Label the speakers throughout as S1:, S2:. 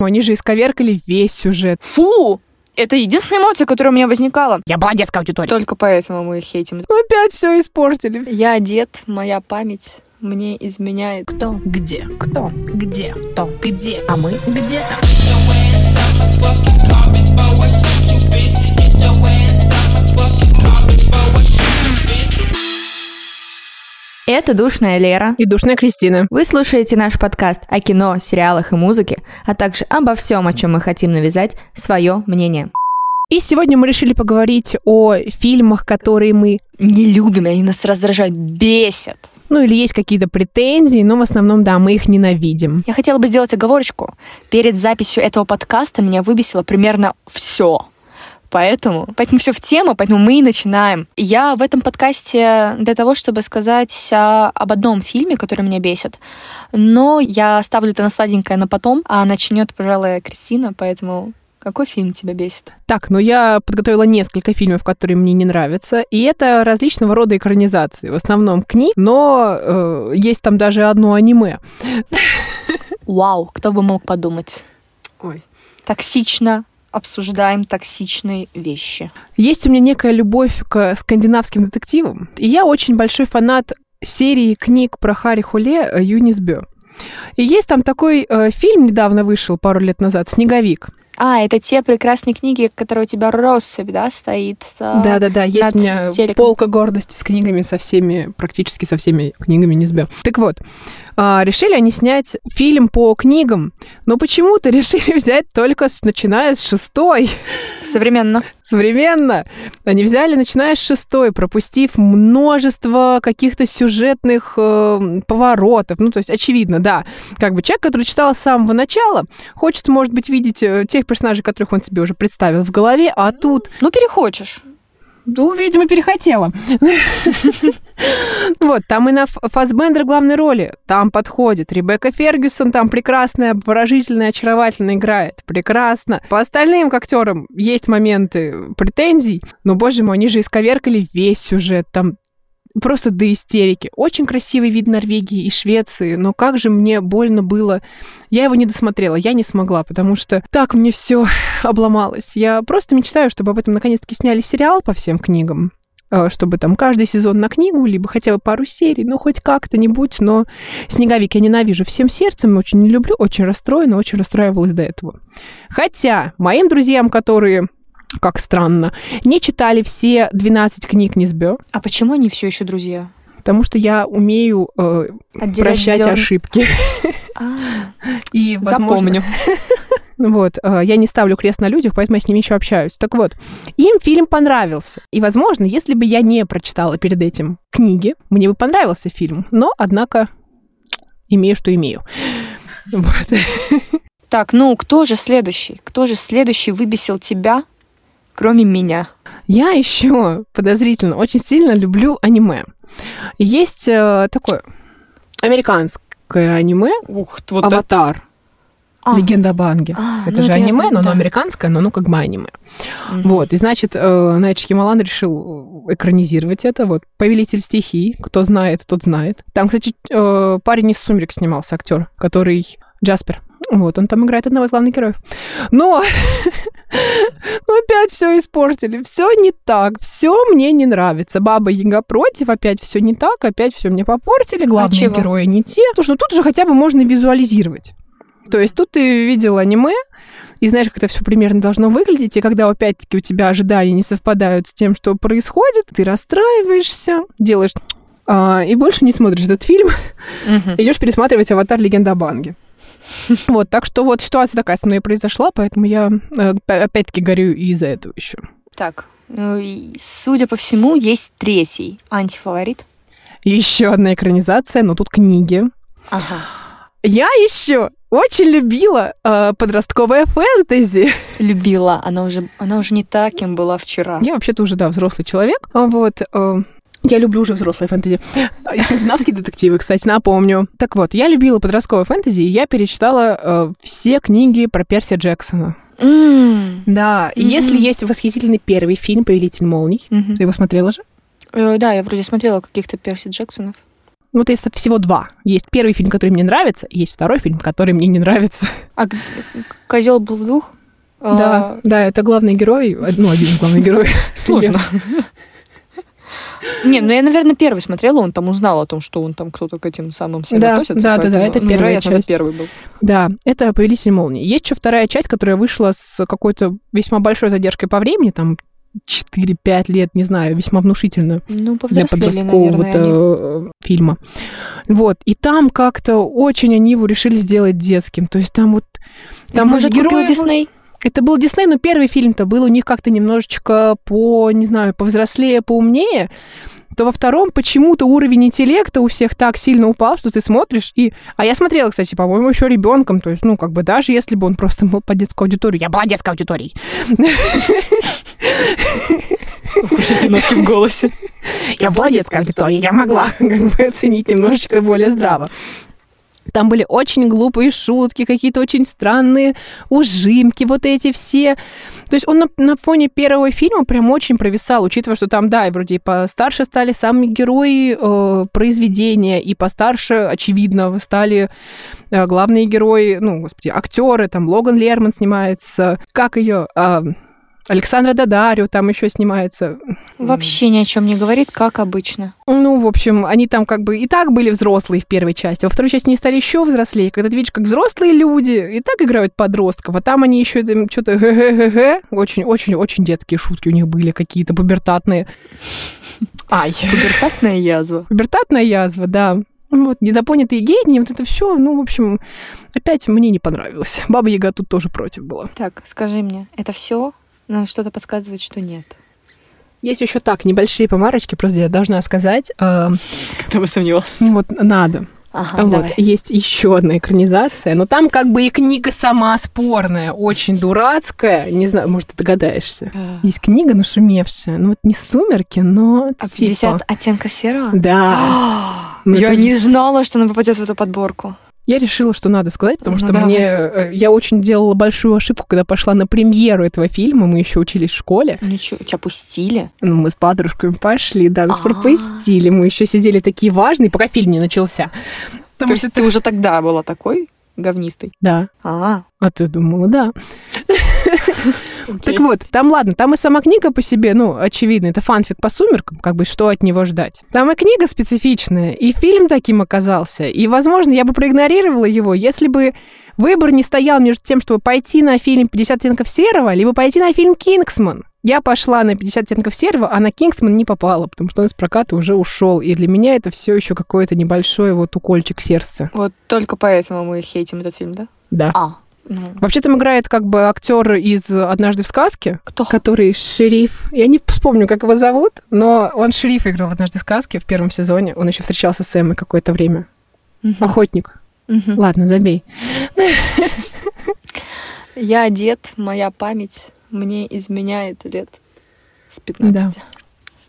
S1: Они же исковеркали весь сюжет.
S2: Фу! Это единственная эмоция, которая у меня возникала.
S3: Я была детская аудитория.
S2: Только поэтому мы их хейтим.
S1: Ну, опять все испортили.
S2: Я одет, моя память мне изменяет.
S3: Кто? Где? Кто? Где? Кто? Где? А мы? Где-то.
S4: Это «Душная Лера».
S1: И душная Кристина.
S4: Вы слушаете наш подкаст о кино, сериалах и музыке, а также обо всем, о чем мы хотим навязать свое мнение.
S1: И сегодня мы решили поговорить о фильмах, которые мы...
S2: Не любим, они нас раздражают, бесят.
S1: Ну, или есть какие-то претензии, но в основном, да, мы их ненавидим.
S2: Я хотела бы сделать оговорочку. Перед записью этого подкаста меня выбесило примерно все. Поэтому, поэтому все в тему, поэтому мы и начинаем. Я в этом подкасте для того, чтобы сказать а, об одном фильме, который меня бесит. Но я оставлю это на сладенькое на потом, а начнет, пожалуй, Кристина, поэтому какой фильм тебя бесит?
S1: Так, ну я подготовила несколько фильмов, которые мне не нравятся, и это различного рода экранизации, в основном книг, но э, есть там даже одно аниме.
S2: Вау, кто бы мог подумать.
S1: Ой.
S2: Токсично обсуждаем токсичные вещи.
S1: Есть у меня некая любовь к скандинавским детективам, и я очень большой фанат серии книг про Хари Хуле э, Юнис Бё. И есть там такой э, фильм недавно вышел пару лет назад «Снеговик».
S2: А, это те прекрасные книги, которые у тебя россыпь, да, стоит? а,
S1: Да-да-да, есть
S2: над
S1: у меня
S2: телеком.
S1: полка гордости с книгами со всеми, практически со всеми книгами Низбе. Так вот, а, решили они снять фильм по книгам, но почему-то решили взять только с- начиная с шестой,
S2: Современно.
S1: современно. Они взяли начиная с шестой, пропустив множество каких-то сюжетных э, поворотов. Ну, то есть, очевидно, да. Как бы человек, который читал с самого начала, хочет, может быть, видеть э, тех персонажей, которых он себе уже представил в голове, а тут
S2: Ну, перехочешь.
S1: ну, видимо, перехотела. Вот, там и на Ф- Фассбендер главной роли. Там подходит. Ребекка Фергюсон там прекрасная, выражительная, очаровательно играет. Прекрасно. По остальным актерам есть моменты претензий. Но, боже мой, они же исковеркали весь сюжет. Там просто до истерики. Очень красивый вид Норвегии и Швеции, но как же мне больно было. Я его не досмотрела, я не смогла, потому что так мне все обломалась. Я просто мечтаю, чтобы об этом наконец-таки сняли сериал по всем книгам э, чтобы там каждый сезон на книгу, либо хотя бы пару серий, ну, хоть как-то нибудь, но «Снеговик» я ненавижу всем сердцем, очень не люблю, очень расстроена, очень расстраивалась до этого. Хотя моим друзьям, которые, как странно, не читали все 12 книг Низбё,
S2: А почему они все еще друзья?
S1: потому что я умею э, прощать
S2: зерн.
S1: ошибки.
S2: А,
S1: И,
S2: Запомню.
S1: Вот, э, я не ставлю крест на людях, поэтому я с ними еще общаюсь. Так вот, им фильм понравился. И, возможно, если бы я не прочитала перед этим книги, мне бы понравился фильм. Но, однако, имею, что имею. Вот.
S2: Так, ну, кто же следующий? Кто же следующий выбесил тебя, кроме меня?
S1: Я еще подозрительно очень сильно люблю аниме. Есть э, такое американское аниме
S2: Ух, вот
S1: «Аватар.
S2: А.
S1: Легенда об Аанге».
S2: А,
S1: Это
S2: ну,
S1: же
S2: я
S1: аниме,
S2: знаю,
S1: но оно
S2: да.
S1: американское, но оно как бы аниме.
S2: Мгм.
S1: Вот, и значит, э, Найт Шьямалан решил э, экранизировать это. Вот «Повелитель стихий», кто знает, тот знает. Там, кстати, э, парень из «Сумерек» снимался, актер, который Джаспер. Вот, он там играет одного из главных героев. Но, но опять все испортили. Все не так. Все мне не нравится. Баба Яга против. Опять все не так. Опять все мне попортили. Главные
S2: чего?
S1: герои не те. Слушай, ну тут же хотя бы можно визуализировать. То есть тут ты видел аниме, и знаешь, как это все примерно должно выглядеть, и когда опять-таки у тебя ожидания не совпадают с тем, что происходит, ты расстраиваешься, делаешь а, и больше не смотришь этот фильм,
S2: Мгм.
S1: идешь пересматривать «Аватар. Легенда о Банге». Вот, так что вот ситуация такая со мной произошла, поэтому я э, п- опять-таки горю и из-за этого еще.
S2: Так, ну, и, судя по всему, есть третий антифаворит.
S1: Еще одна экранизация, но тут книги.
S2: Ага.
S1: Я еще очень любила э, подростковое фэнтези.
S2: Любила. Она уже, она уже не та, кем была вчера.
S1: Я вообще-то уже, да, взрослый человек. А Вот. э, Я люблю уже взрослые фэнтези. И скандинавские детективы, кстати, напомню. Так вот, я любила подростковое фэнтези, и я перечитала э, все книги про Перси Джексона.
S2: М.
S1: Да, и
S2: Мгм.
S1: если есть восхитительный первый фильм «Повелитель молний»,
S2: Мгм.
S1: ты его смотрела же?
S2: Э, Да, я вроде смотрела каких-то Перси Джексонов.
S1: Вот есть всего два. Есть первый фильм, который мне нравится, и есть второй фильм, который мне не нравится.
S2: А г- козел был в А, двух?
S1: Да, да, это главный герой, ну, один из главных героев.
S2: А, сложно. Не, ну я, наверное, первый смотрела, он там узнал о том, что он там кто-то к этим самым сам
S1: да, да, да, это первая часть.
S2: ну, первый был.
S1: Да, это «Повелитель молнии». Есть еще вторая часть, которая вышла с какой-то весьма большой задержкой по времени, там 4-5 лет, не знаю, весьма внушительную
S2: Ну,
S1: для
S2: повзрослели, наверное, они.
S1: подросткового фильма. Вот, и там как-то очень они его решили сделать детским. То есть там вот... Там
S2: Их,
S1: вот
S2: Может, купил
S1: герои-
S2: Дисней?
S1: Это был Дисней, но первый фильм-то был у них как-то немножечко по, не знаю, повзрослее, поумнее. То во втором почему-то уровень интеллекта у всех так сильно упал, что ты смотришь и... А я смотрела, кстати, по-моему, еще ребенком. То есть, ну, как бы даже если бы он просто был по детской аудитории. Я была детской аудиторией.
S2: Уж эти нотки в голосе.
S1: Я была детской аудиторией, я могла как бы оценить немножечко более здраво. Там были очень глупые шутки, какие-то очень странные ужимки, вот эти все. То есть он на, на фоне первого фильма прям очень провисал, учитывая, что там, да, и вроде и постарше стали сами герои э, произведения, и постарше, очевидно, стали э, главные герои, ну, господи, актеры, там Логан Лерман снимается, как ее, Александра Дадарио там еще снимается.
S2: Вообще ни о чем не говорит, как обычно.
S1: Ну, в общем, они там как бы и так были взрослые в первой части, во второй части они стали еще взрослее. Когда ты видишь, как взрослые люди и так играют подростков, а там они еще что-то очень-очень-очень детские шутки у них были, какие-то пубертатные. Ай.
S2: Пубертатная язва.
S1: Пубертатная язва, да. Ну Вот, недопонятые гении, вот это все, ну, в общем, опять мне не понравилось. Баба Яга тут тоже против была.
S2: Так, скажи мне, это все? Нам что-то подсказывает, что нет.
S1: Есть еще так, небольшие помарочки, просто я должна сказать. э,
S2: Кто бы сомневался.
S1: ну вот надо.
S2: Ага,
S1: вот,
S2: А, давай.
S1: есть еще одна экранизация, но там как бы и книга сама спорная, очень дурацкая. Не знаю, может, ты догадаешься. Есть книга нашумевшая, ну вот не «Сумерки», но
S2: А
S1: типа.
S2: 50 оттенков серого?
S1: Да.
S2: А,
S1: Ну,
S2: Я
S1: это же-
S2: не знала, что она попадет в эту подборку.
S1: Я решила, что надо сказать, потому
S2: Ну,
S1: что
S2: давай.
S1: мне... э, Я очень делала большую ошибку, когда пошла на премьеру этого фильма, мы еще учились в школе.
S2: Ничего, тебя пустили?
S1: Ну, мы с подружками пошли, да, нас
S2: А.
S1: пропустили, мы еще сидели такие важные, пока фильм не начался.
S2: То
S1: Потому
S2: есть ты уже тогда была такой говнистой?
S1: Да.
S2: А,
S1: А ты думала, да. Так
S2: Окей.
S1: вот, там, ладно, там и сама книга по себе, ну, очевидно, это фанфик по сумеркам, как бы, что от него ждать. Там и книга специфичная, и фильм таким оказался, и, возможно, я бы проигнорировала его, если бы выбор не стоял между тем, чтобы пойти на фильм «50 оттенков серого», либо пойти на фильм «Кингсман». Я пошла на 50 оттенков серого, а на Кингсман не попала, потому что он из проката уже ушел. И для меня это все еще какой-то небольшой вот укольчик сердца.
S2: вот только поэтому мы хейтим этот фильм, да?
S1: Да.
S2: А, ну,
S1: Вообще там играет как бы актер из «Однажды в сказке»,
S2: кто?
S1: который шериф. Я не вспомню, как его зовут, но он шериф играл в «Однажды в сказке» в первом сезоне. Он еще встречался с Эммой какое-то время.
S2: Мгм.
S1: Охотник.
S2: Мгм.
S1: Ладно, забей.
S2: Я одет, моя память мне изменяет лет с 15.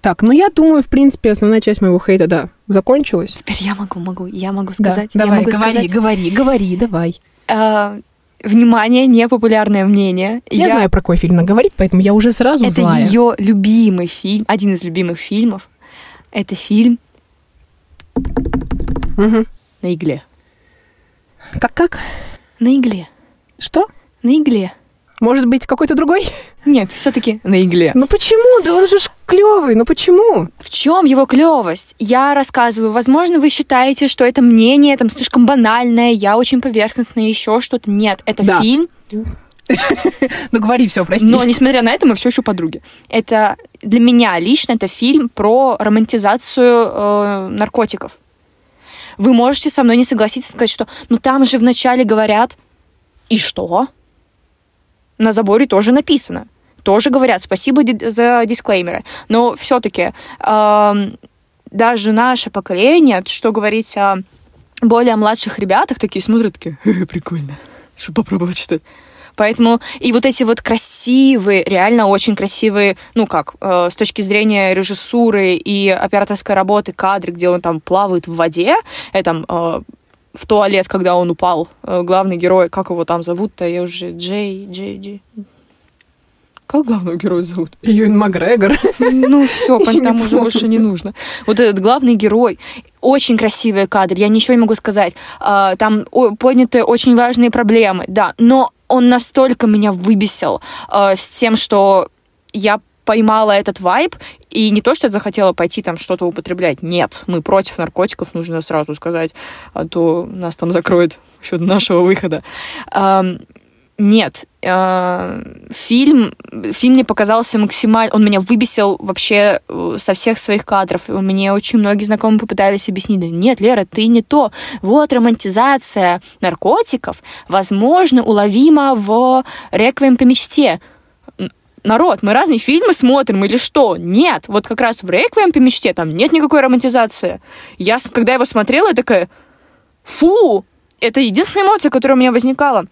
S1: Так, ну я думаю, в принципе, основная часть моего хейта, да, закончилась.
S2: Теперь я могу, могу, я могу
S1: Да,
S2: сказать. я
S1: давай,
S2: могу
S1: говори,
S2: сказать.
S1: говори, говори, давай.
S2: Э, внимание, непопулярное мнение.
S1: Я, знаю, про какой фильм она говорит, поэтому я уже сразу
S2: Это
S1: злая.
S2: ее любимый фильм, один из любимых фильмов. Это фильм
S1: Мгм.
S2: на игле.
S1: Как, как?
S2: На игле.
S1: Что?
S2: На игле.
S1: Может быть, какой-то другой?
S2: Нет, все-таки на игле.
S1: Ну почему? Да он же ж клевый, ну почему?
S2: В чем его клевость? Я рассказываю. Возможно, вы считаете, что это мнение там слишком банальное, я очень поверхностная, еще что-то. Нет, это
S1: Да.
S2: фильм.
S1: Ну говори все, прости.
S2: Но, несмотря на это, мы все еще подруги. Это для меня лично это фильм про романтизацию э, наркотиков. Вы можете со мной не согласиться и сказать, что ну там же вначале говорят, и что? На заборе тоже написано. Тоже говорят, спасибо ди- за дисклеймеры. Но все-таки даже наше поколение, что говорить о более младших ребятах, такие смотрят, такие, «Хе-хе, прикольно, чтобы попробовать читать. Поэтому и вот эти вот красивые, реально очень красивые, ну как, э, с точки зрения режиссуры и операторской работы кадры, где он там плавает в воде, э, там э, в туалет, когда он упал, э, главный герой, как его там зовут-то, я уже Джей, Джей, Джей. Как главного героя зовут?
S1: Юин Макгрегор.
S2: Ну все,
S1: Я не
S2: там уже
S1: помню.
S2: больше не нужно. Вот этот главный герой. Очень красивый кадр, я ничего не могу сказать. А, Там о- подняты очень важные проблемы, да. Но он настолько меня выбесил а, с тем, что я поймала этот вайб, и не то, что я захотела пойти там что-то употреблять. Нет, мы против наркотиков, нужно сразу сказать, а то нас там закроют еще до нашего выхода. Ам, нет, э, фильм, фильм мне показался максимально... Он меня выбесил вообще э, со всех своих кадров. Мне очень многие знакомые попытались объяснить, да нет, Лера, ты не то. Вот романтизация наркотиков, возможно, уловима в «Реквием по мечте». Н- Народ, мы разные фильмы смотрим или что? Нет, вот как раз в «Реквием по мечте» там нет никакой романтизации. Я, с- когда его смотрела, я такая, фу! Это единственная эмоция, которая у меня возникала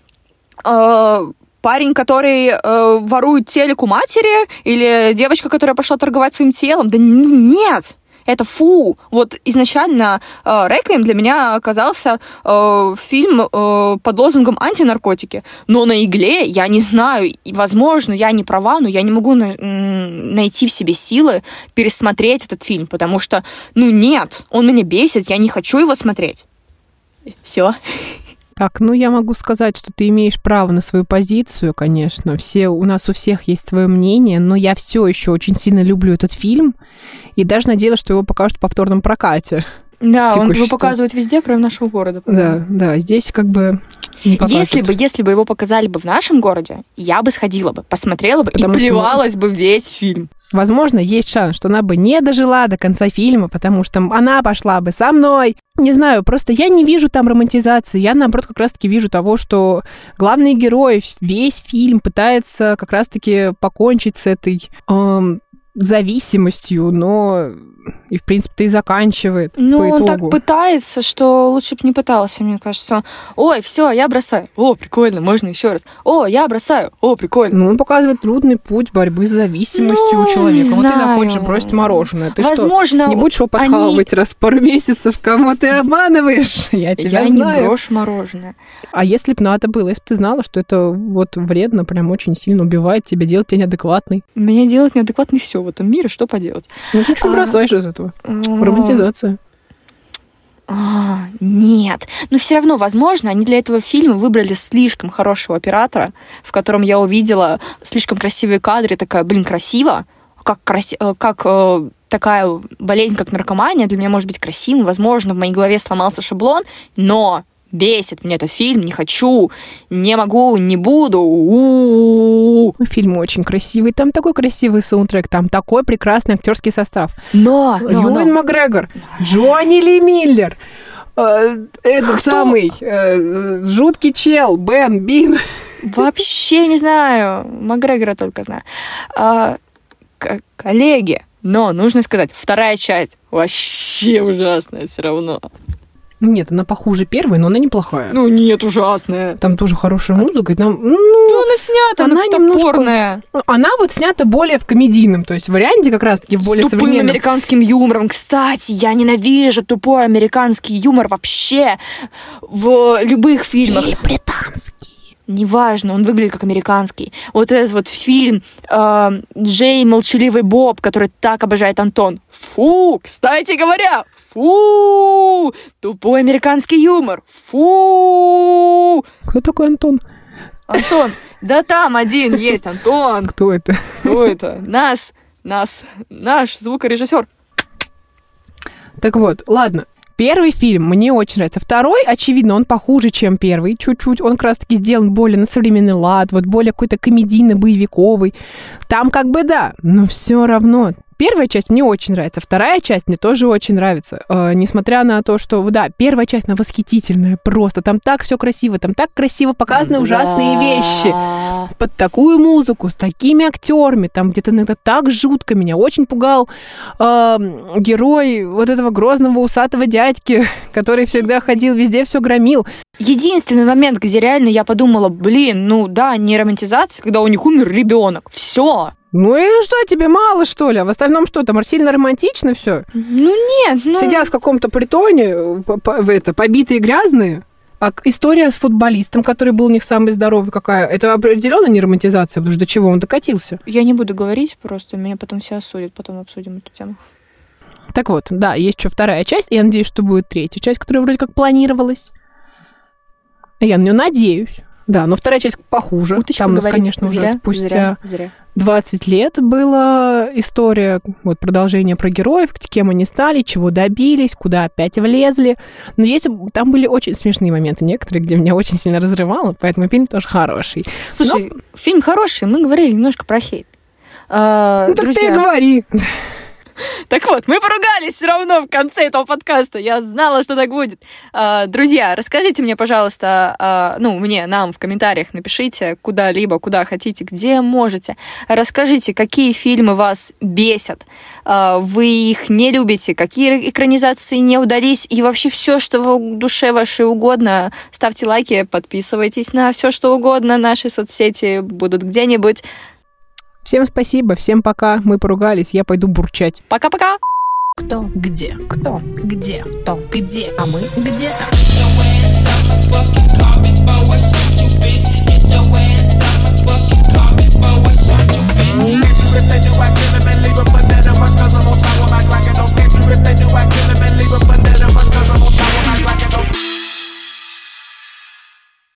S2: э, парень, который э, ворует телек у матери, или девочка, которая пошла торговать своим телом. Да н- нет! Это фу! Вот изначально э, «Реквием» для меня оказался э, фильм э, под лозунгом «Антинаркотики». Но на игле, я не знаю, и, возможно, я не права, но я не могу на- м, найти в себе силы пересмотреть этот фильм, потому что, ну нет, он меня бесит, я не хочу его смотреть. Все.
S1: Так, ну я могу сказать, что ты имеешь право на свою позицию, конечно. Все, у нас у всех есть свое мнение, но я все еще очень сильно люблю этот фильм. И даже надеялась, что его покажут в повторном прокате.
S2: Да, он
S1: текущей
S2: его
S1: ситуации.
S2: показывает везде, кроме нашего города. по-моему.
S1: Да, да, здесь как бы не покажут.
S2: Если бы, если бы его показали бы в нашем городе, я бы сходила бы, посмотрела бы
S1: Потому
S2: и
S1: что мы-
S2: плевалась бы весь фильм.
S1: Возможно, есть шанс, что она бы не дожила до конца фильма, потому что она пошла бы со мной. Не знаю, просто я не вижу там романтизации. Я, наоборот, как раз-таки вижу того, что главный герой в- весь фильм пытается как раз-таки покончить с этой эм, зависимостью, но и, в принципе-то, и заканчивает
S2: Ну,
S1: по
S2: он так
S1: итогу.
S2: пытается, что лучше бы не пытался, мне кажется. Ой, все, я бросаю. О, прикольно, можно еще раз. О, я бросаю. О, прикольно.
S1: Ну, он показывает трудный путь борьбы с зависимостью
S2: Ну,
S1: у
S2: не
S1: человека. Вот ты
S2: знаю.
S1: захочешь бросить мороженое. Ты что,
S2: Возможно,
S1: Не будешь его
S2: они-
S1: подхалывать раз в пару месяцев, кому ты обманываешь. Я тебя
S2: я не
S1: знаю.
S2: брошу мороженое.
S1: А если бы надо было, если бы ты знала, что это вот вредно, прям очень сильно убивает тебя, делает тебя неадекватный.
S2: Мне делать неадекватно все в этом мире, что поделать?
S1: Ну ты что
S2: А.
S1: бросаешь из этого?
S2: Романтизация.
S1: Романтизация.
S2: А, нет. Но все равно, возможно, они для этого фильма выбрали слишком хорошего оператора, в котором я увидела слишком красивые кадры, и такая, блин, красиво. Как, краси- э, как э, такая болезнь, как наркомания, для меня может быть красивым. Возможно, в моей голове сломался шаблон, но бесит меня этот фильм, не хочу, не могу, не буду. У-у-у.
S1: Ну, Фильм очень красивый, там такой красивый саундтрек, там такой прекрасный актерский состав.
S2: Но,
S1: Ну,
S2: но, но.
S1: Юэн Макгрегор, Джонни Ли Миллер, э, этот самый э, жуткий чел Бен Бин.
S2: Вообще не знаю. Макгрегора только знаю. А, к- коллеги, но нужно сказать, вторая часть вообще ужасная все равно.
S1: Нет, она похуже первой, но она неплохая.
S2: Ну нет, ужасная.
S1: там тоже хорошая музыка, и там, ну,
S2: Ну, она снята, она,
S1: Она немножко
S2: топорная.
S1: Ну, Она вот снята более в комедийном, то есть в варианте как раз-таки в более
S2: С тупым
S1: современном.
S2: американским юмором. Кстати, я ненавижу тупой американский юмор вообще в любых фильмах.
S1: британский.
S2: Неважно, он выглядит как американский. Вот этот вот фильм э, Джей Молчаливый Боб, который так обожает Антон. Фу, кстати говоря, фу, тупой американский юмор. Фу,
S1: Кто такой Антон?
S2: Антон, да там один есть Антон.
S1: Кто это?
S2: Кто это? Нас, нас, наш звукорежиссер.
S1: Так вот, ладно. Первый фильм мне очень нравится. Второй, очевидно, он похуже, чем первый. Чуть-чуть. Он как раз-таки сделан более на современный лад, вот более какой-то комедийно-боевиковый. Там как бы да, но все равно. Первая часть мне очень нравится, вторая часть мне тоже очень нравится. Э, несмотря на то, что, да, первая часть, она восхитительная просто. Там так все красиво, там так красиво показаны ужасные вещи. под такую музыку, с такими актерами, там где-то иногда так жутко меня очень пугал э, герой вот этого грозного усатого дядьки, который всегда ходил везде, все громил.
S2: Единственный момент, где реально я подумала, блин, ну да, не романтизация, когда у них умер ребенок. Все.
S1: Ну и что, тебе мало, что ли? А в остальном что, там сильно романтично все?
S2: Ну нет, ну...
S1: Сидят в каком-то притоне, э, по- по- в это, побитые грязные, А к- история с футболистом, который был у них самый здоровый, какая? Это определенно не романтизация, потому что до чего он докатился.
S2: Я не буду говорить просто, меня потом все осудят, потом обсудим эту тему.
S1: Так вот, да, есть еще вторая часть, и я надеюсь, что будет третья часть, которая вроде как планировалась. Я на нее надеюсь. Да, но вторая часть похуже.
S2: Уточка
S1: Там у нас,
S2: говорит,
S1: конечно, уже
S2: зря,
S1: спустя...
S2: зря, зря.
S1: 20 лет была история, вот продолжение про героев, к- кем они стали, чего добились, куда опять влезли. Но есть, там были очень смешные моменты некоторые, где меня очень сильно разрывало, поэтому фильм тоже хороший.
S2: Слушай, Ну, фильм хороший, мы говорили немножко про хейт. А,
S1: Ну, так ты и
S2: друзья,
S1: говори.
S2: так вот, мы поругались все равно в конце этого подкаста. Я знала, что так будет. А, друзья, расскажите мне, пожалуйста, а, ну, мне, нам в комментариях напишите куда-либо, куда хотите, где можете. Расскажите, какие фильмы вас бесят, а, вы их не любите, какие экранизации не удались, и вообще все, что в душе вашей угодно. Ставьте лайки, подписывайтесь на все, что угодно. Наши соцсети будут где-нибудь.
S1: Всем спасибо, всем пока. Мы поругались, я пойду бурчать.
S2: Пока-пока!
S3: Кто? Где? Кто? Где? Кто? Где? А мы где-то.
S5: your ass